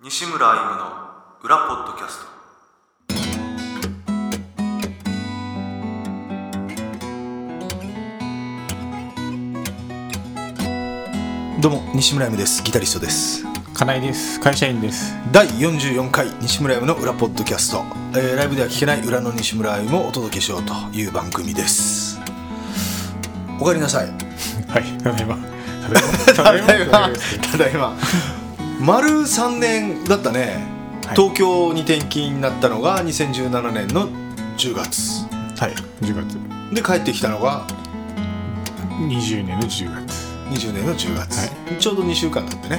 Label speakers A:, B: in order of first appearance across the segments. A: 西村歩夢の裏ポッドキャスト
B: どうも西村山ですギタリストです
C: 金井です会社員です
B: 第44回西村山の裏ポッドキャスト、えーライブでは聞けない裏の西村歩もお届けしようという番組ですおかえりなさい
C: はいただいまただいまただいま
B: ただいま丸3年だったね、
C: はい
B: 東京に転勤になったのが2017年の10月
C: はい10月
B: で帰ってきたのが
C: 20年の10月
B: 20年の10月、
C: は
B: ちょうど2週間だってね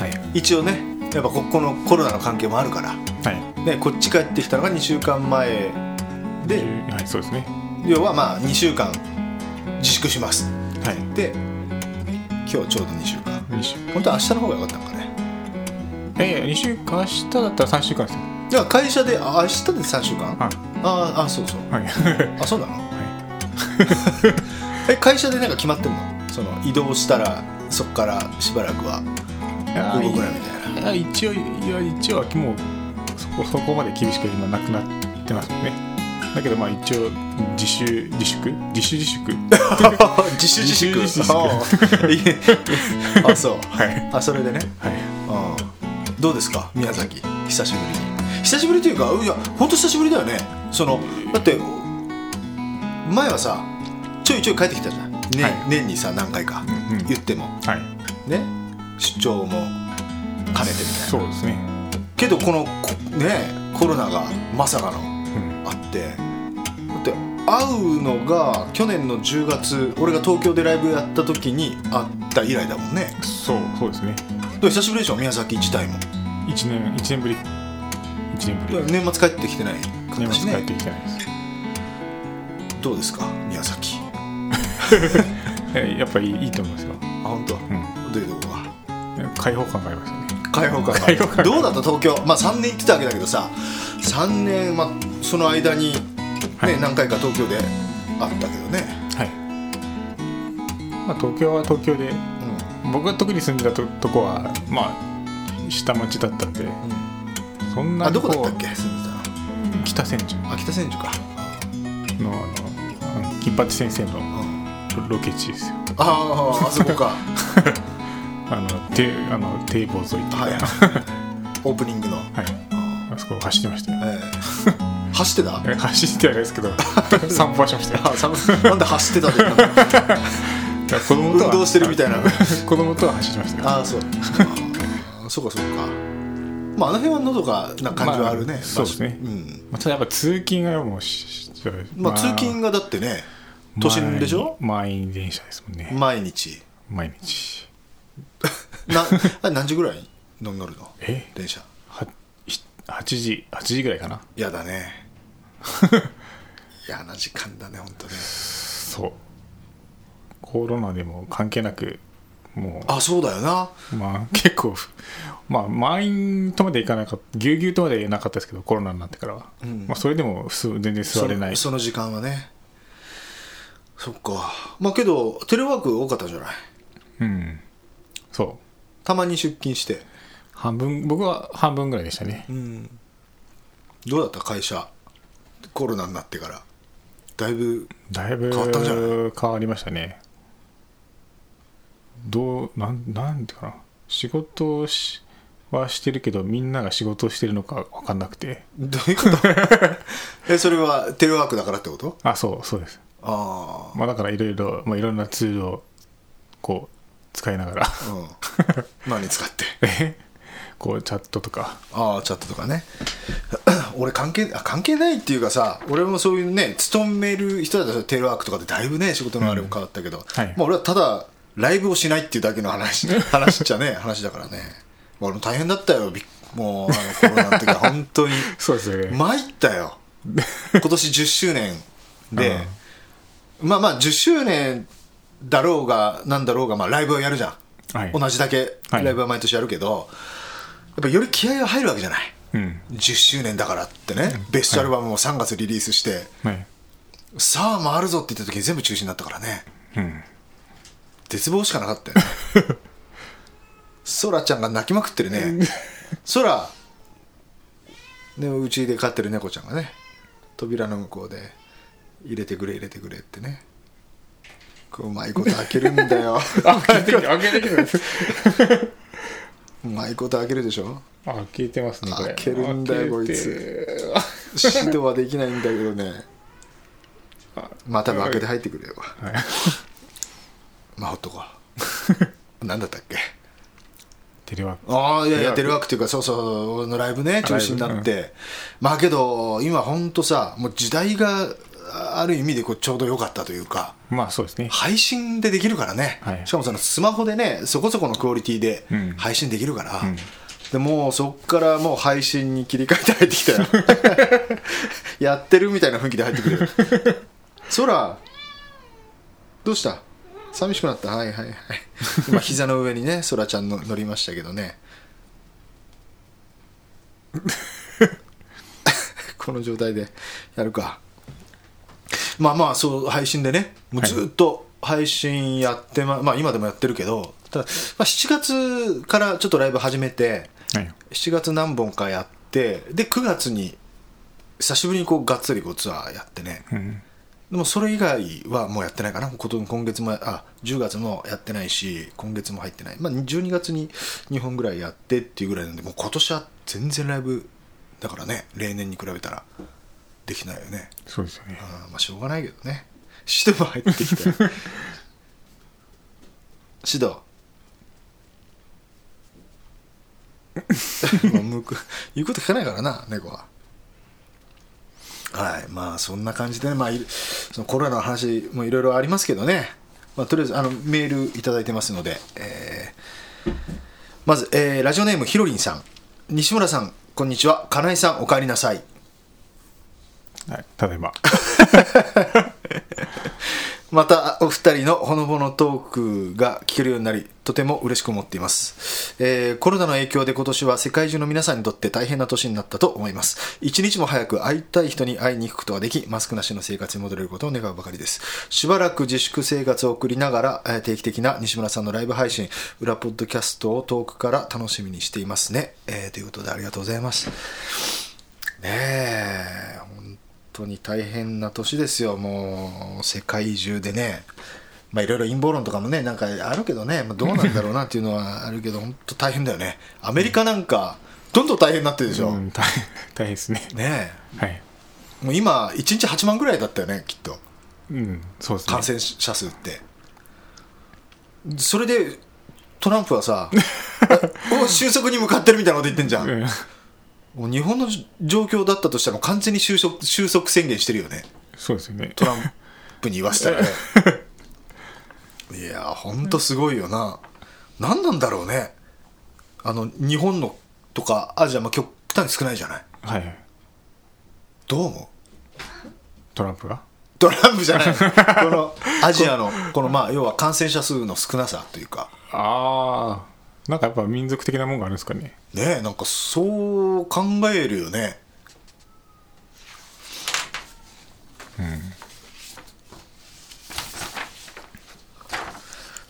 C: はい
B: 一応ねやっぱここのコロナの関係もあるから、
C: はい
B: ね、こっち帰ってきたのが2週間前で
C: はいそうですね
B: 要はまあ2週間自粛します
C: はい
B: で今日ちょうど2週間
C: 2週
B: 本当は明日の方が良かったのかね
C: ええ2週間明日だったら3週間ですよ
B: いや会社であ明日で3週間あ
C: は
B: ああそうそう
C: いはいはい
B: あそうなのえ会社でなんか決まってんのその移動したらそこからしばらくは
C: や
B: 動くなみたいない
C: や一応いや一応はもうそこそこまで厳しく今なくなってますもんねだけどまあ一応自習自粛自主自粛
B: 自主自
C: 自主
B: 粛
C: 自粛
B: あああそう
C: はい
B: あそれでね
C: はい
B: うんどうですか宮崎久しぶりに久しぶりというかいや本当久しぶりだよねそのだって前はさちょいちょい帰ってきたじゃん、ね
C: はい
B: 年にさ何回か
C: うんうん
B: 言っても
C: はい
B: ね出張も兼ねてみたい
C: そ
B: な
C: うですね
B: けどこのこねコロナがまさかの
C: うん
B: あってだって会うのが去年の10月俺が東京でライブやった時に会った以来だもんね
C: そうそうですね
B: だから久しぶりでしょ宮崎自体も
C: 1年一年ぶり1年ぶり
B: 年末帰ってきてない感
C: 年
B: じ
C: 末帰っ
B: ね
C: てきてないです
B: どうですか宮崎あ
C: えやっぱりいいと思いますよ、
B: 本当。
C: う
B: どういうとこが
C: ん、開放感がありますよね
B: 開放感
C: 開放感
B: どうだった東京まあ3年行ってたわけだけどさ3年、まあ、その間に、ね
C: はい
B: 何回か東京であったけどね、
C: はい、まあ、東京は東京で僕が特に住んでたととこはまあ下町だったんでそん
B: うん、
C: な
B: あどこだったっけ住んでた
C: 北千住
B: の秋田千住か、
C: のあの金八先生の
B: うん、あ
C: ロケ地ですよ
B: ああそこ か
C: あのてあの堤防沿いっていうか
B: はい
C: はい、
B: オープニングの、
C: あそこ走ってましたよ
B: えー走って た
C: え走ってはないですけど 散歩はしましたよ
B: あさなんで走ってたって言ったの
C: だから子供とは
B: 運動してるみたいな
C: 子供とは走りましたよ
B: ああ そうあそうかそうかまああの辺はのどかな感じはあるね、
C: まあそうですね
B: うん
C: まあ、ただやっぱ通勤がもうしし
B: まあ、通勤がだってね都心でしょ
C: 満員満員電車ですもんね、
B: 毎日
C: 毎日
B: なあれ何時ぐらいの乗るの
C: え
B: 電車
C: はひ8時8時ぐらいかな
B: 嫌だね嫌な時間だね本当ね
C: そうコロナでも関係なくも
B: あそうだよな
C: うまあ結構まあ満員とまでいかなかったぎゅうぎゅうとまでいなかったですけどコロナになってからは、
B: ん
C: まあ、それでもす全然座れない
B: そのその時間はねそっかまあけどテレワーク多かったじゃない
C: うんそう
B: たまに出勤して
C: 半分僕は半分ぐらいでしたね
B: うんどうだった会社コロナになってからだいぶ
C: だいぶ
B: 変わったんじゃな
C: 変わりましたねどうなんなんていうかな仕事をしはしてるけどみんなが仕事をしてるのか分かんなくて
B: どういう ことえそれはテレワークだからってこと
C: あそうそうです
B: あ
C: まあだからいろいろまあいろんなツールをこう使いながら
B: あうん何使って
C: えこうチャットとか
B: ああチャットとかね 俺関係あ関係ないっていうかさ俺もそういうね勤める人だったらテレワークとかでだいぶね仕事のあれも変わったけど、
C: はい
B: まあ、俺はただライブをしないっていうだけの話話っちゃね話だからねまあ俺も大変だったよびっもうあのコロナの時は本当 に
C: そうですよね、
B: 参ったよ今年10周年で、まあまあ10周年だろうがなんだろうが、まあ、ライブをやるじゃん、
C: はい
B: 同じだけ
C: はい
B: ライブは毎年やるけど、やっぱより気合が入るわけじゃない
C: うん
B: 10周年だからってね、ベストアルバムを3月リリースして、
C: はい
B: さあ回るぞって言った時に全部中止になったからね
C: うん
B: 絶望しかなかったよねそらちゃんが泣きまくってるねそらでうちで飼ってる猫ちゃんがね扉の向こうで「入れてくれ入れてくれ」ってねこううまいこと開けるんだ よ
C: あ開けてきた開けてき
B: うまいこと開けるでしょ
C: たあ開けてますねこれ
B: 開けるんだよこい
C: つ
B: 指導はできないんだけどねまあ多分開けて入ってくれよ、
C: はい
B: まあほっ とこうなんだったっけ
C: テレワーク
B: ああいやいや
C: テ
B: テ
C: レ
B: レ
C: ワ
B: ワークっていうかそうそう俺のライブね中止になっ
C: ラ
B: て、まあけど今ほんとさもう時代がある意味でこうちょうど良かったというか
C: まあそうですね
B: 配信でできるからね、
C: はい
B: しかもそのスマホでねそこそこのクオリティで
C: うん
B: 配信できるから、
C: ん
B: でもうそっからもう配信に切り替えて入ってきたよ やってるみたいな雰囲気で入ってくるよそらどうした寂しくなったはいはいはい今膝の上にねそらちゃんの乗りましたけど ねこの状態でやるかまあまあそう配信でねもうずっと配信やってま、まあ今でもやってるけどただ、まあ、7月からちょっとライブ始めて
C: はい
B: 7月何本かやってで9月に久しぶりにこうがっつりこうツアーやってね
C: うん
B: でもそれ以外はもうやってないかなこと今月もあ10月もやってないし今月も入ってない、まあ、12月に2本ぐらいやってっていうぐらいなんでもう今年は全然ライブだからね例年に比べたらできないよね
C: そうですよね
B: あーまあしょうがないけどねシドも入ってきたよシドもう向く言うこと聞かないからな猫ははいまあそんな感じでね、まあ、いるそのコロナの話もいろいろありますけどね、まあ、とりあえずあのメールいただいてますので、えーまず、えーラジオネームひろりんさん西村さんこんにちは金井さんお帰りなさい
C: はいただいま
B: またお二人のほのぼのトークが聞けるようになりとても嬉しく思っています、えーコロナの影響で今年は世界中の皆さんにとって大変な年になったと思います一日も早く会いたい人に会いに行くことができマスクなしの生活に戻れることを願うばかりですしばらく自粛生活を送りながら、えー定期的な西村さんのライブ配信裏ポッドキャストを遠くから楽しみにしていますね、えーということでありがとうございますねえ本当に大変な年ですよもう世界中でねまあいろいろ陰謀論とかもねなんかあるけどね、まあ、どうなんだろうなっていうのはあるけど本当大変だよねアメリカなんかどんどん大変になってるでしょ、
C: うん大変 大変ですね
B: ね
C: はい
B: えもう今1日8万ぐらいだったよねきっと
C: うんそうですね
B: 感染者数ってそれでトランプは さお収束に向かってるみたいなこと言ってんじゃん
C: うん
B: もう日本の状況だったとしたらもう完全に収束収束宣言してるよね
C: そうですよね
B: トランプに言わせたらねいやーほんとすごいよな、何なんだろうねあの日本のとかアジアも極端に少ないじゃない
C: はいはい
B: どう思う
C: トランプが
B: トランプじゃないこのアジアのこのまあ要は感染者数の少なさというか
C: ああなんかやっぱ民族的なもんがあるんですかね
B: ねえなんかそう考えるよね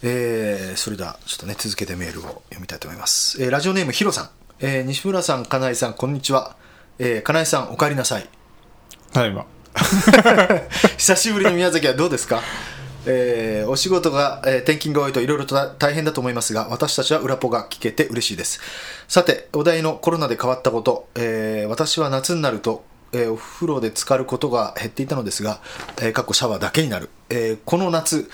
B: えーそれではちょっとね続けてメールを読みたいと思います、えーラジオネームヒロさん、えー西村さん金井さんこんにちは、えー、金井さんお帰りなさい
C: ただいま
B: 久しぶりの宮崎はどうですか、えーお仕事が、えー転勤が多いといろいろと大大変だと思いますが私たちは裏ポが聞けて嬉しいですさてお題のコロナで変わったこと、えー私は夏になるとえーお風呂で浸かることが減っていたのですが、えー、かっこシャワーだけになる、えーこの夏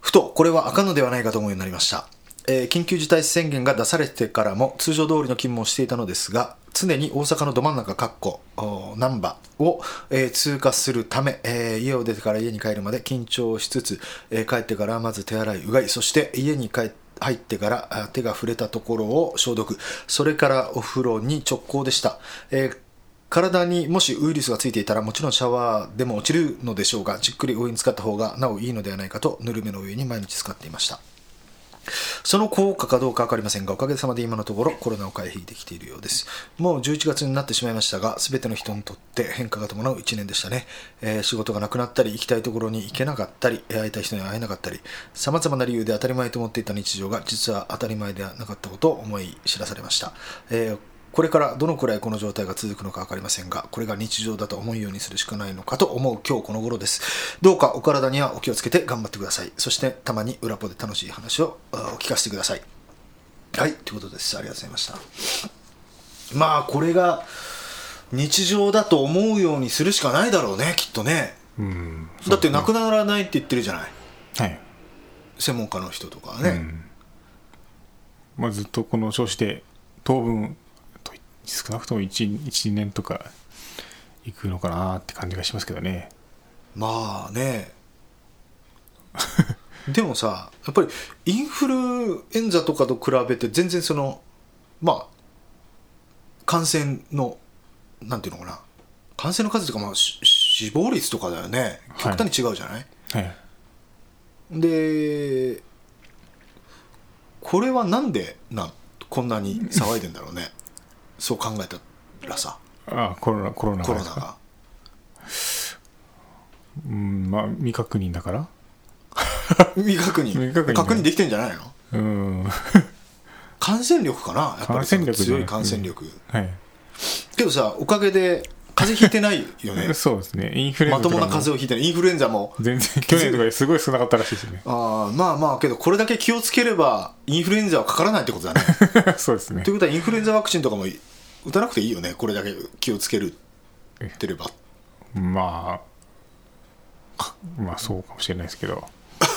B: ふとこれはあかんのではないかと思うようになりました、えー緊急事態宣言が出されてからも通常通りの勤務をしていたのですが常に大阪のど真ん中かっこお難波を、えー通過するため、えー家を出てから家に帰るまで緊張しつつ、えー帰ってからまず手洗いうがいそして家に帰って入ってからあ手が触れたところを消毒それからお風呂に直行でした、えー体にもしウイルスがついていたらもちろんシャワーでも落ちるのでしょうがじっくりお湯に使った方がなおいいのではないかとぬるめのお湯に毎日使っていましたその効果かどうか分かりませんがおかげさまで今のところコロナを回避できているようですもう11月になってしまいましたが全ての人にとって変化が伴う1年でしたね、えー仕事がなくなったり行きたいところに行けなかったり会いたい人に会えなかったりさまざまな理由で当たり前と思っていた日常が実は当たり前ではなかったことを思い知らされました、えーこれからどのくらいこの状態が続くのか分かりませんがこれが日常だと思うようにするしかないのかと思う今日この頃ですどうかお体にはお気をつけて頑張ってくださいそしてたまに裏ポで楽しい話をあーお聞かせてくださいはいということですありがとうございましたまあこれが日常だと思うようにするしかないだろうねきっとね
C: うん
B: だってなくならないって言ってるじゃない
C: はい
B: 専門家の人とかはね、
C: うんまあ、ずっとこの少子で当分と少なくとも 1, 1年とかいくのかなって感じがしますけどね
B: まあねでもさやっぱりインフルエンザとかと比べて全然そのまあ感染のなんていうのかな感染の数とか、まあ、し死亡率とかだよね極端に違うじゃない、
C: はい
B: でこれはなんでなんこんなに騒いでんだろう ねそう考えたらさ
C: ああコロナコロナ
B: コロ
C: で
B: ナ
C: すか
B: が
C: うんまあ未確認だから
B: 未確認
C: 未確認ね
B: 確認できてんじゃないの
C: うんは
B: 感染力かなやっぱり
C: 感
B: そ
C: 染
B: の
C: 力じゃ
B: 強
C: ない
B: い感染力、
C: い
B: けどさおかげで風邪ひいてないよね
C: そうですねインフルエン
B: ま
C: ザ
B: と
C: と
B: もな
C: か
B: 風邪をひいてないインフルエンザも
C: 全然去年とかすごい少なかったらしいですね
B: あーまあまあけどこれだけ気をつければインフルエンザはかからないって ことだね
C: そうですね
B: ということはインフルエンザワクチンとかも打たなくていいよねこれだけ気をつけるってれば
C: まあかまあそうかもしれないですけど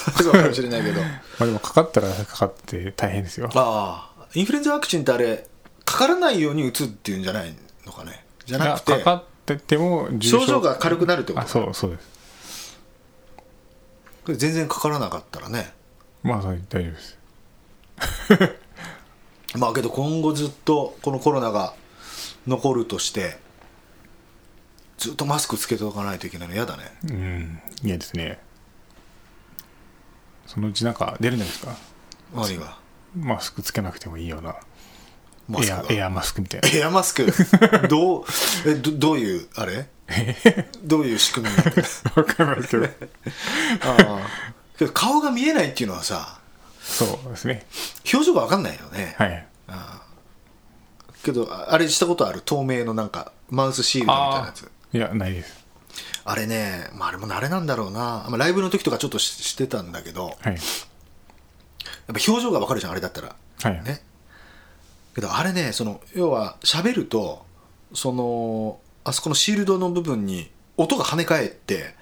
C: ま
B: そうかもしれないけ ど
C: あでもかかったらかかって大変ですよ
B: ああインフルエンザワクチンってあれかからないように打つっていうんじゃないのかねじゃなくて
C: かかってても重
B: 症状が軽くなるってこ
C: あ
B: と
C: そうそうです
B: これ全然かからなかったらね
C: まあはい大丈夫です
B: まあけど今後ずっとこのコロナが残るとしてずっとマスクつけておかないといけないの嫌だね
C: うんいやですねそのうちなんか出るんじゃないですか
B: 何が
C: マスクつけなくてもいいような
B: マス
C: エ
B: ク
C: ア
B: が
C: エアマスクみたい
B: エアマスク どうえどどういうあれどういう仕組みになってる
C: なわかんない ですけど
B: ああけど顔が見えないっていうのはさ
C: そうですね
B: 表情が分かんないよね、
C: はい
B: けどああれしたことある透明のなんかマウスシールドみたいなやつ
C: いやないです
B: あれね、まあ、あれも慣れなんだろうな、まあ、ライブの時とかちょっとししてたんだけどやっ
C: はい
B: ぱ表情が分かるじゃんあれだったら
C: はい、
B: ね。けどあれね、その要は喋るとそのあそこのシールドの部分に音が跳ね返って、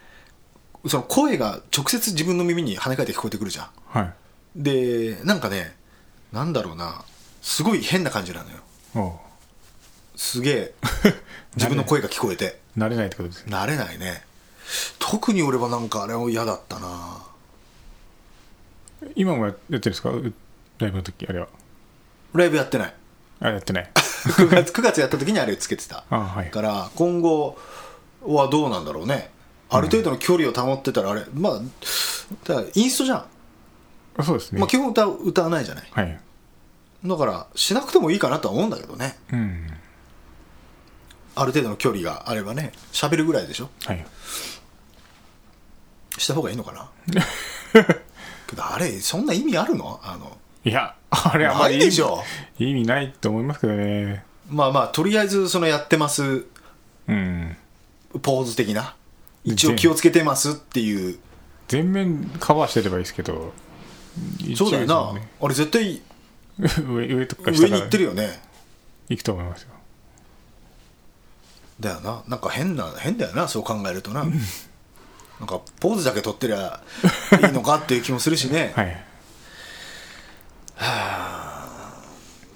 B: その声が直接自分の耳に跳ね返って聞こえてくるじゃん。
C: はい
B: でなんかね、なんだろうな、すごい変な感じなのよ。
C: おう
B: すげえ自分の声が聞こえて
C: 慣れないってことですね
B: 慣れないね。特に俺はなんかあれも嫌だったな。
C: 今もやってるんですかうライブの時あれは
B: ライブやってない。
C: あやってない
B: 9月9月やった時にあれつけてた。
C: あはい
B: から今後はどうなんだろうねある程度の距離を保ってたらあれ、まあただインストじゃん、
C: あそうですね、
B: まあ、基本歌う歌わないじゃない
C: はい
B: だからしなくてもいいかなとは思うんだけどね
C: うん
B: ある程度の距離があればね喋るぐらいでしょ
C: はい
B: した方がいいのかな けどあれそんな意味あるのあの
C: いやあれあんま
B: な
C: り
B: い
C: 意味
B: でしょ
C: 意味ないと思いますけどね
B: まあまあとりあえずそのやってます
C: うん
B: ポーズ的な一応気をつけてますっていう
C: 全面カバーしてればいいですけど
B: そうだよな、
C: 一応で
B: あれ絶対
C: すもんね 上上とか
B: 上
C: 下
B: に
C: か
B: 行
C: ら
B: ってるよね
C: 行くと思いますよ
B: だよななんか変な変だよなそう考えるとななんかポーズだけ撮ってりゃいいのかっていう気もするしね、
C: はい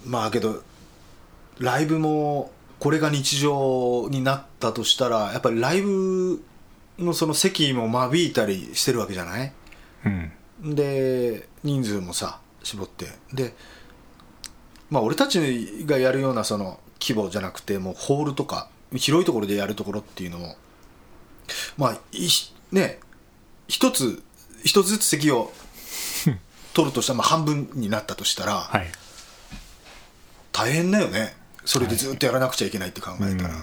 B: まあけどライブもこれが日常になったとしたらやっぱりライブのその席も間引いたりしてるわけじゃない
C: うん
B: で人数もさ絞ってでまあ俺たちがやるようなその規模じゃなくてもうホールとか広いところでやるところっていうのもまあいしね一つ一つずつ席を取るとしたら、まあ、半分になったとしたら、
C: はい
B: 大変だよねそれでずっとやらなくちゃいけないって考えたら、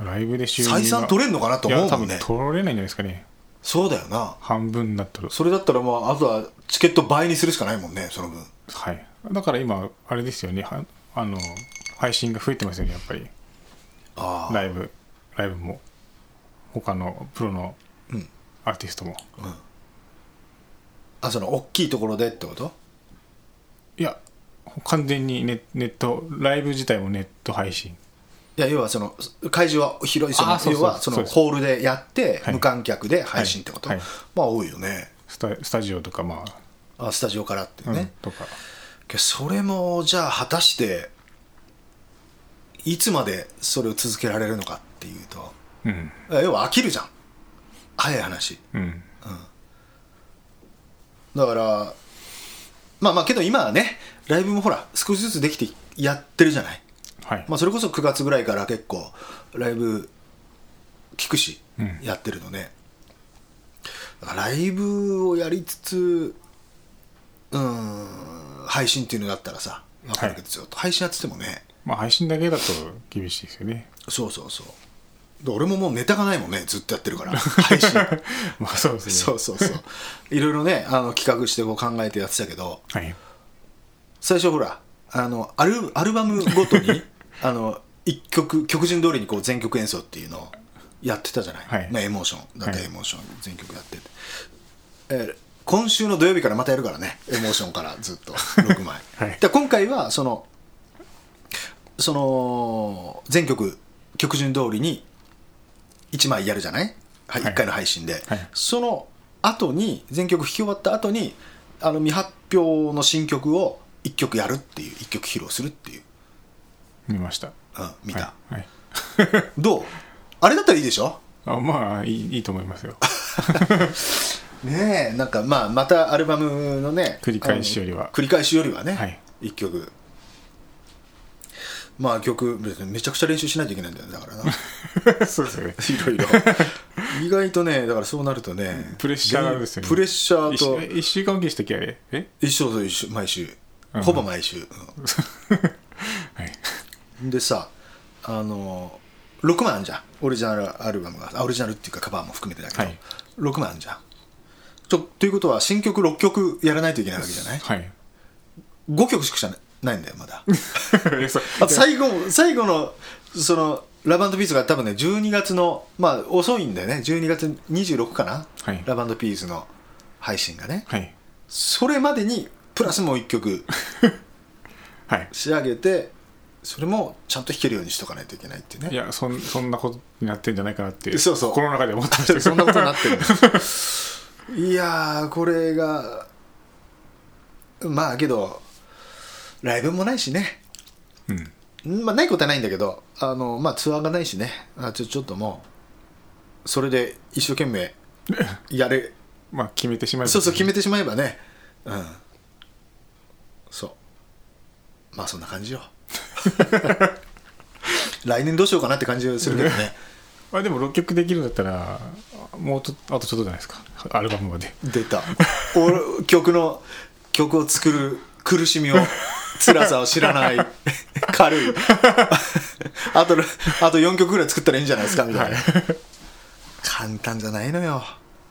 C: うんライブで収入が
B: 採算取れんのかなと思
C: いや多
B: うもん
C: 分
B: ね
C: 取れないんじゃないですかね
B: そうだよな
C: 半分になったら
B: それだったらまああとはチケット倍にするしかないもんねその分
C: はいだから今あれですよねはあの配信が増えてますよねやっぱり
B: ああ
C: ライブライブも他のプロの
B: うん
C: アーティストも、
B: あその大きいところでってこと
C: いや完全にネネットライブ自体もネット配信
B: いや要はその会場は広いそ
C: あ
B: の
C: そうそ
B: 要
C: う
B: はそ
C: そ
B: の
C: うです
B: ホールでやって
C: はい
B: 無観客で配信ってこと、
C: はいはい
B: まあ多いよね
C: スタスタジオとかまあ
B: あスタジオからっていうね、
C: うんとか
B: けどそれもじゃあ果たしていつまでそれを続けられるのかっていうと
C: うん
B: 要は飽きるじゃん早い話
C: うん
B: だからまあまあけど今はねライブもほら少しずつできてやってるじゃない、
C: はい、
B: まあ、それこそ9月ぐらいから結構ライブ聞くし、
C: うん
B: やってるのねだからライブをやりつつうん配信っていうのだったらさ分かるけどずっと配信やっててもね
C: まあ配信だけだと厳しいですよね
B: そうそうそうで俺ももうネタがないもんねずっとやってるから配 信
C: まあそうですね
B: そうそうそういろいろねあの企画してこう考えてやってたけど
C: はい
B: 最初ほらあのアルアルバムごと にあの一曲曲順通りにこう全曲演奏っていうのをやってたじゃない、
C: はい
B: ねエモーションだって
C: はい
B: エモーション全曲やってて、えー今週の土曜日からまたやるからねエモーションからずっ と6枚、
C: はい
B: で今回はそのその全曲曲順通りに1枚やるじゃない、はい、
C: はい
B: 1回の配信で、
C: はい
B: その後に全曲弾き終わった後にあの未発表の新曲を1曲やるっていう1曲披露するっていう、
C: 見ました
B: うん、見た、
C: はい、はい、
B: どうあれだったらいいでしょ
C: あまあいいいいと思います よ
B: ねえなんかまあまたアルバムのね
C: 繰り返しよりは
B: あの繰り返しよりはね、
C: はい
B: 一曲まあ曲別にめちゃくちゃ練習しないといけないんだよねだ からない
C: そうですよね
B: ろいろ 意外とねだからそうなるとね
C: プレッシャーがあるんですよね
B: プレッシャーと
C: 一週一週間消したっけあれえ
B: 一緒と一緒毎週、
C: うん
B: ほぼ毎週、
C: はい
B: うんでさあの6枚あるじゃんオリジナルアルバムがあオリジナルっていうかカバーも含めてだけど、
C: はい
B: 6枚あるじゃんちょということは新曲6曲やらないといけないわけじゃない
C: はい
B: 5曲しかないんだよ まだ
C: えそう
B: あと最後最後のそのラバンドピースが多分ね12月のまあ遅いんだよね12月26かな、
C: はい
B: ラバンドピースの配信がね
C: はい
B: それまでにプラスもう1曲
C: はい
B: 仕上げてそれもちゃんと弾けるようにしとかないといけないっていうね
C: いやそんそんなことになってんじゃないかなって
B: そうそう
C: 心の中で思ってましたけど
B: そんなことになってるんです いやーこれがまあけどライブもないしね
C: うん
B: まあないことはないんだけどあのまあツアーがないしねあちょちょっともうそれで一生懸 命やれ
C: まあ決めてしまえば
B: そうそう決めてしまえばねうんそうまあそんな感 じよ来年どうしようかなって感じはするけどね
C: まあでも6曲できるんだったらもうとあとちょっとじゃないですかアルバムまで
B: 出た俺曲の曲を作る苦しみを辛さを知らない 軽い あとあと4曲ぐらい作ったらいいんじゃないですかみたいな、簡単じゃないのよ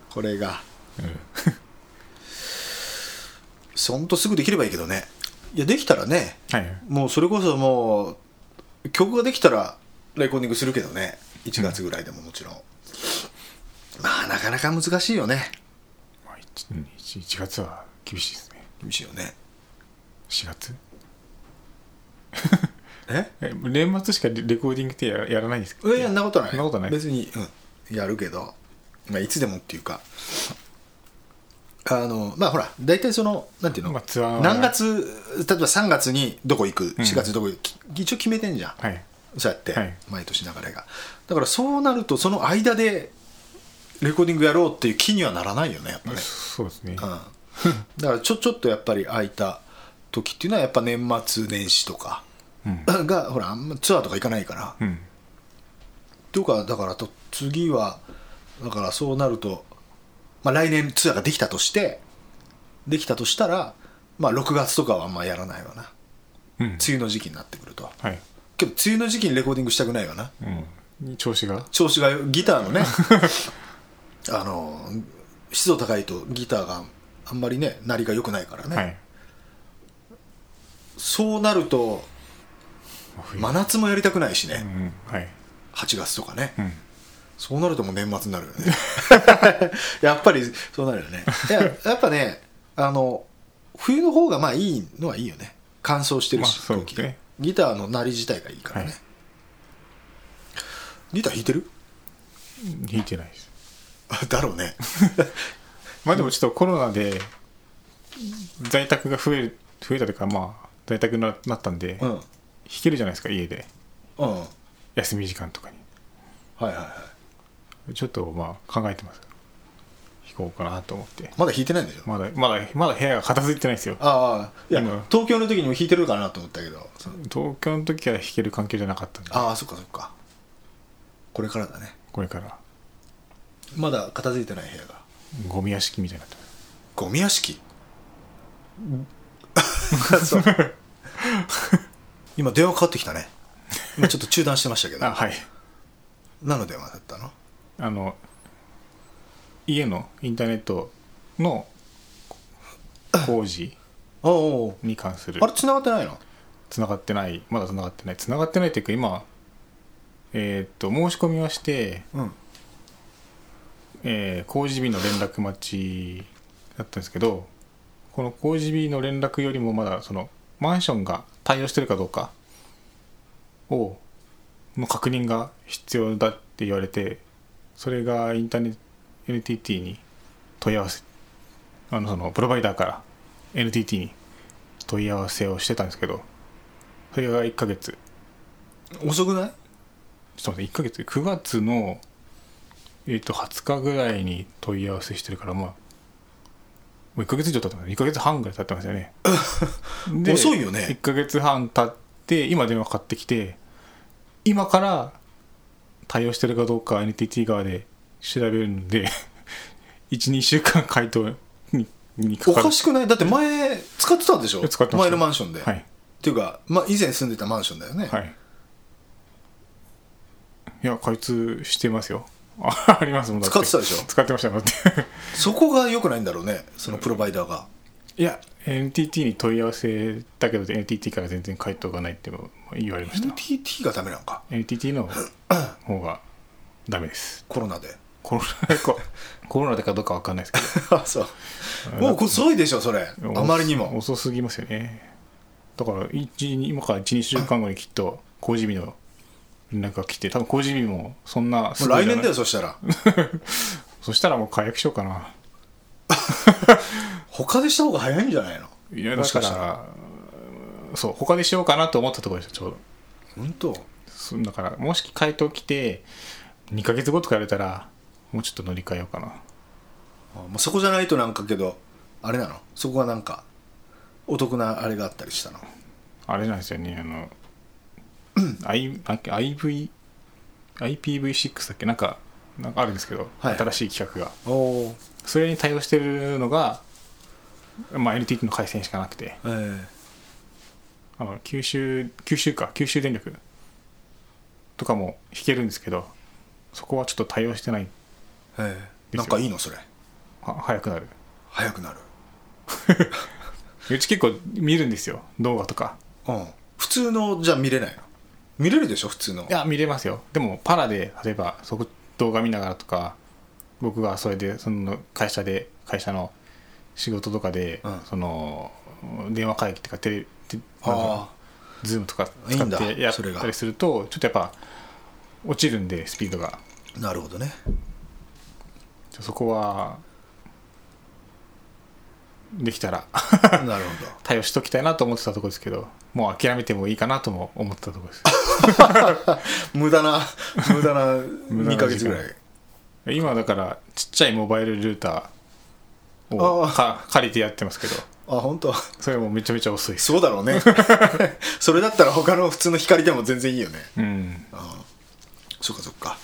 B: これがそんとすぐできればいいけどねいやできたらね
C: はい
B: もうそれこそもう曲ができたらレコーディングするけどね1月ぐらいでももちろん、まあなかなか難しいよね
C: まあ 1, 1月は厳しいですね
B: 厳しいよね
C: 4月
B: え
C: え年末しかレレコーディングってややらないんですか
B: いや、そんなことない。
C: そんなことない
B: 別に、うん、やるけど、まあ、いつでもっていうか、あの、まあほら、大体その、なんていうの、
C: まあツアーは
B: 何月、例えば3月にどこ行く、4月どこ行く、き一応決めてんじゃん。
C: はい
B: そうやって、
C: はい
B: 毎年流れが。だからそうなると、その間で、レコーディングやろうっていう気にはならないよね、やっぱね。
C: そうですね
B: うん。だからちょ、ちょっとやっぱり空いた時っていうのは、やっぱ年末年始とか
C: うん
B: が、ほら、あんまツアーとか行かないから、
C: うん
B: というかだからと次はだからそうなると、まあ、来年ツアーができたとしてできたとしたら、まあ、6月とかはあんまやらないわな
C: うん
B: 梅雨の時期になってくると
C: はい
B: けど梅雨の時期にレコーディングしたくないわな
C: うん調子が
B: 調子がギターのね あの湿度高いとギターがあんまりね鳴りが良くないからね、
C: はい
B: そうなると
C: まあ冬
B: 真夏もやりたくないし
C: う
B: ね、
C: ん、はい。
B: 8月とかね、
C: うん。
B: そうなるともう年末になるよね やっぱりそうなるよねいややっぱねあの冬の方がまあいいのはいいよね乾燥してるし、
C: まあそうですね
B: 空気ギターの鳴り自体がいいからね、
C: はい
B: ギター弾いてる
C: 弾いてないです。
B: だろうね
C: まあでもちょっとコロナで、在宅が増える、増えたというか、まあ、在宅にななったんで、
B: うんうん
C: 弾けるじゃないですか、家で。
B: はい
C: 休み時間とかに。
B: はいはい
C: ちょっとまあ、考えてます。弾こうかなと思って。
B: まだ弾いてないんでしょ
C: まだ、まだ、まだ部屋が片付いてないですよ。
B: ああいや
C: 今
B: 東京の時にも弾いてるかなと思ったけどその
C: 東京の時は弾ける環境じゃなかったんで、
B: ああそっかそっかこれからだね
C: これから、
B: まだ片付いてない部屋が
C: ゴミ屋敷みたいになってます。
B: ゴミ屋敷そう今電話かかってきたね今ちょっと中断してましたけど
C: あ、はい。
B: 何の電話だったの
C: あの、家のインターネットの工事
B: おうおう
C: に関する
B: あれ繋がってないの
C: 繋がってないまだ繋がってない繋がってないというか今えーっと申し込みはして、
B: うん
C: えー工事日の連絡待ちだったんですけどこの工事日の連絡よりもまだそのマンションが対応してるかどうかをの確認が必要だって言われてそれがインターネット NTT に問い合わせあのそのプロバイダーから NTT に問い合わせをしてたんですけどそれが1ヶ月
B: 遅くない
C: ちょっと待って1ヶ月9月のえっ、と20日ぐらいに問い合わせしてるからまあもう1ヶ月以上経ってます1ヶ月半ぐらい経ってます よね
B: 遅いよね
C: 1ヶ月半経って今電話かかってきて今から対応してるかどうか NTT 側で調べるんで12週間回答ににか
B: お
C: かる
B: かしくないだって前使ってたでしょ
C: 使ってまし
B: 前
C: た
B: のマンションで、
C: はい
B: っていうか、まあ、以前住んでたマンションだよね、
C: はいいや開通してますよあありますもんだ
B: 使ってたでしょ
C: 使ってましたもん だって
B: そこが良くないんだろうねそのプロバイダーが、
C: いや NTT に問い合わせたけど NTT から全然回答がないっても言われました
B: NTT がダメなのか
C: NTT の方がダメです
B: コロナで
C: コロナかコロナでかどうか分かんないです け
B: あそうもう遅いでしょそれ
C: ど
B: あまりにも
C: 遅すぎますよねだから一今から12週間後にきっと工事日の連絡が来て多分工事日もそんな
B: も
C: す
B: う
C: ぐじ
B: 来
C: ゃな
B: 年
C: い
B: だよそしたら
C: そしたらもう解約しようかな
B: 他でした方が早いんじゃないの
C: いや
B: も
C: だ
B: し
C: か
B: からしたら
C: そう他でしようかなと思ったところでしたちょうど
B: 本当
C: そだからもし回答来て2ヶ月後とかやれたらもうちょっと乗り換えようかな
B: あまあそこじゃないとなんかけどあれなのそこがなんかお得なあれがあったりしたの
C: あれなんですよねあの I なんか IV IPv6 だっけなんかなんかあるんですけど、
B: はい
C: 新しい企画が
B: おお
C: それに対応してるのが、まあ、NTT の回線しかなくて
B: ええ
C: あの九州九州か九州電力とかも引けるんですけどそこはちょっと対応してない
B: ええ
C: ですよ
B: なんかいいのそれ
C: は早くなる
B: 早くなる
C: うち結構見るんですよ動画とか
B: うん普通のじゃ見れないの見れるでしょ普通の
C: いや見れますよでもパラで例えばそこ動画見ながらとか僕がそれでその会社で会社の仕事とかで、
B: うん
C: その電話会議とかテレテなん
B: あ
C: かズームとか
B: いい
C: 使
B: んだ
C: ってやっ
B: それが
C: たりするとちょっとやっぱ落ちるんでスピードが
B: あなるほど ね
C: ちょそこはできたら
B: なるほど
C: 対応しときたいなと思ってたところですけどもう諦めてもいいかなとも思ってたところです
B: 無駄 な無駄な
C: 無駄な時間
B: 2ヶ月ぐらい
C: 今だからちっちゃいモバイルルーターを
B: あー
C: か借りてやってますけど
B: あ本当
C: それもめちゃめちゃ遅いです
B: そうだろう ねそれだったら他の普通の光でも全然いいよね
C: うん
B: そっかそっか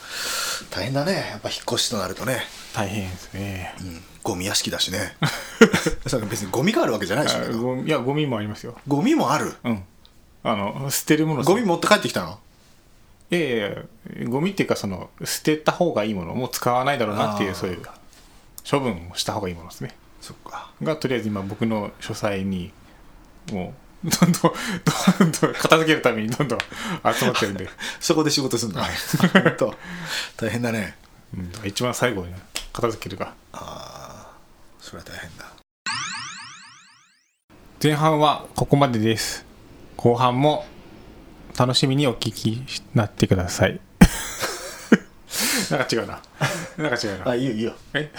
B: 大変だねやっぱ引っ越しとなるとね、
C: 大変ですね、
B: ゴミ屋敷だしね それ別にゴミがあるわけじゃないでし
C: あ
B: ょ
C: ゴミいやゴミもありますよ
B: ゴミもある
C: うんあの捨てるもの
B: ゴミ持って帰ってきたの
C: いやいやいやゴミっていうかその捨てた方がいいものもう使わないだろうなってい
B: あー
C: うそういう処分をした方がいいものですね
B: そっか
C: がとりあえず今僕の書斎にもうどんどん、どんどん片付けるためにどんどん集まってるんで、
B: そこで仕事するの、本当大変だね
C: うん、一番最後に片付けるが。
B: それは大変だ
C: 前半はここまでです。後半も楽しみにお聞きになって ください。なんか違うな。なんか違うな。
B: あいいよいいよ
C: え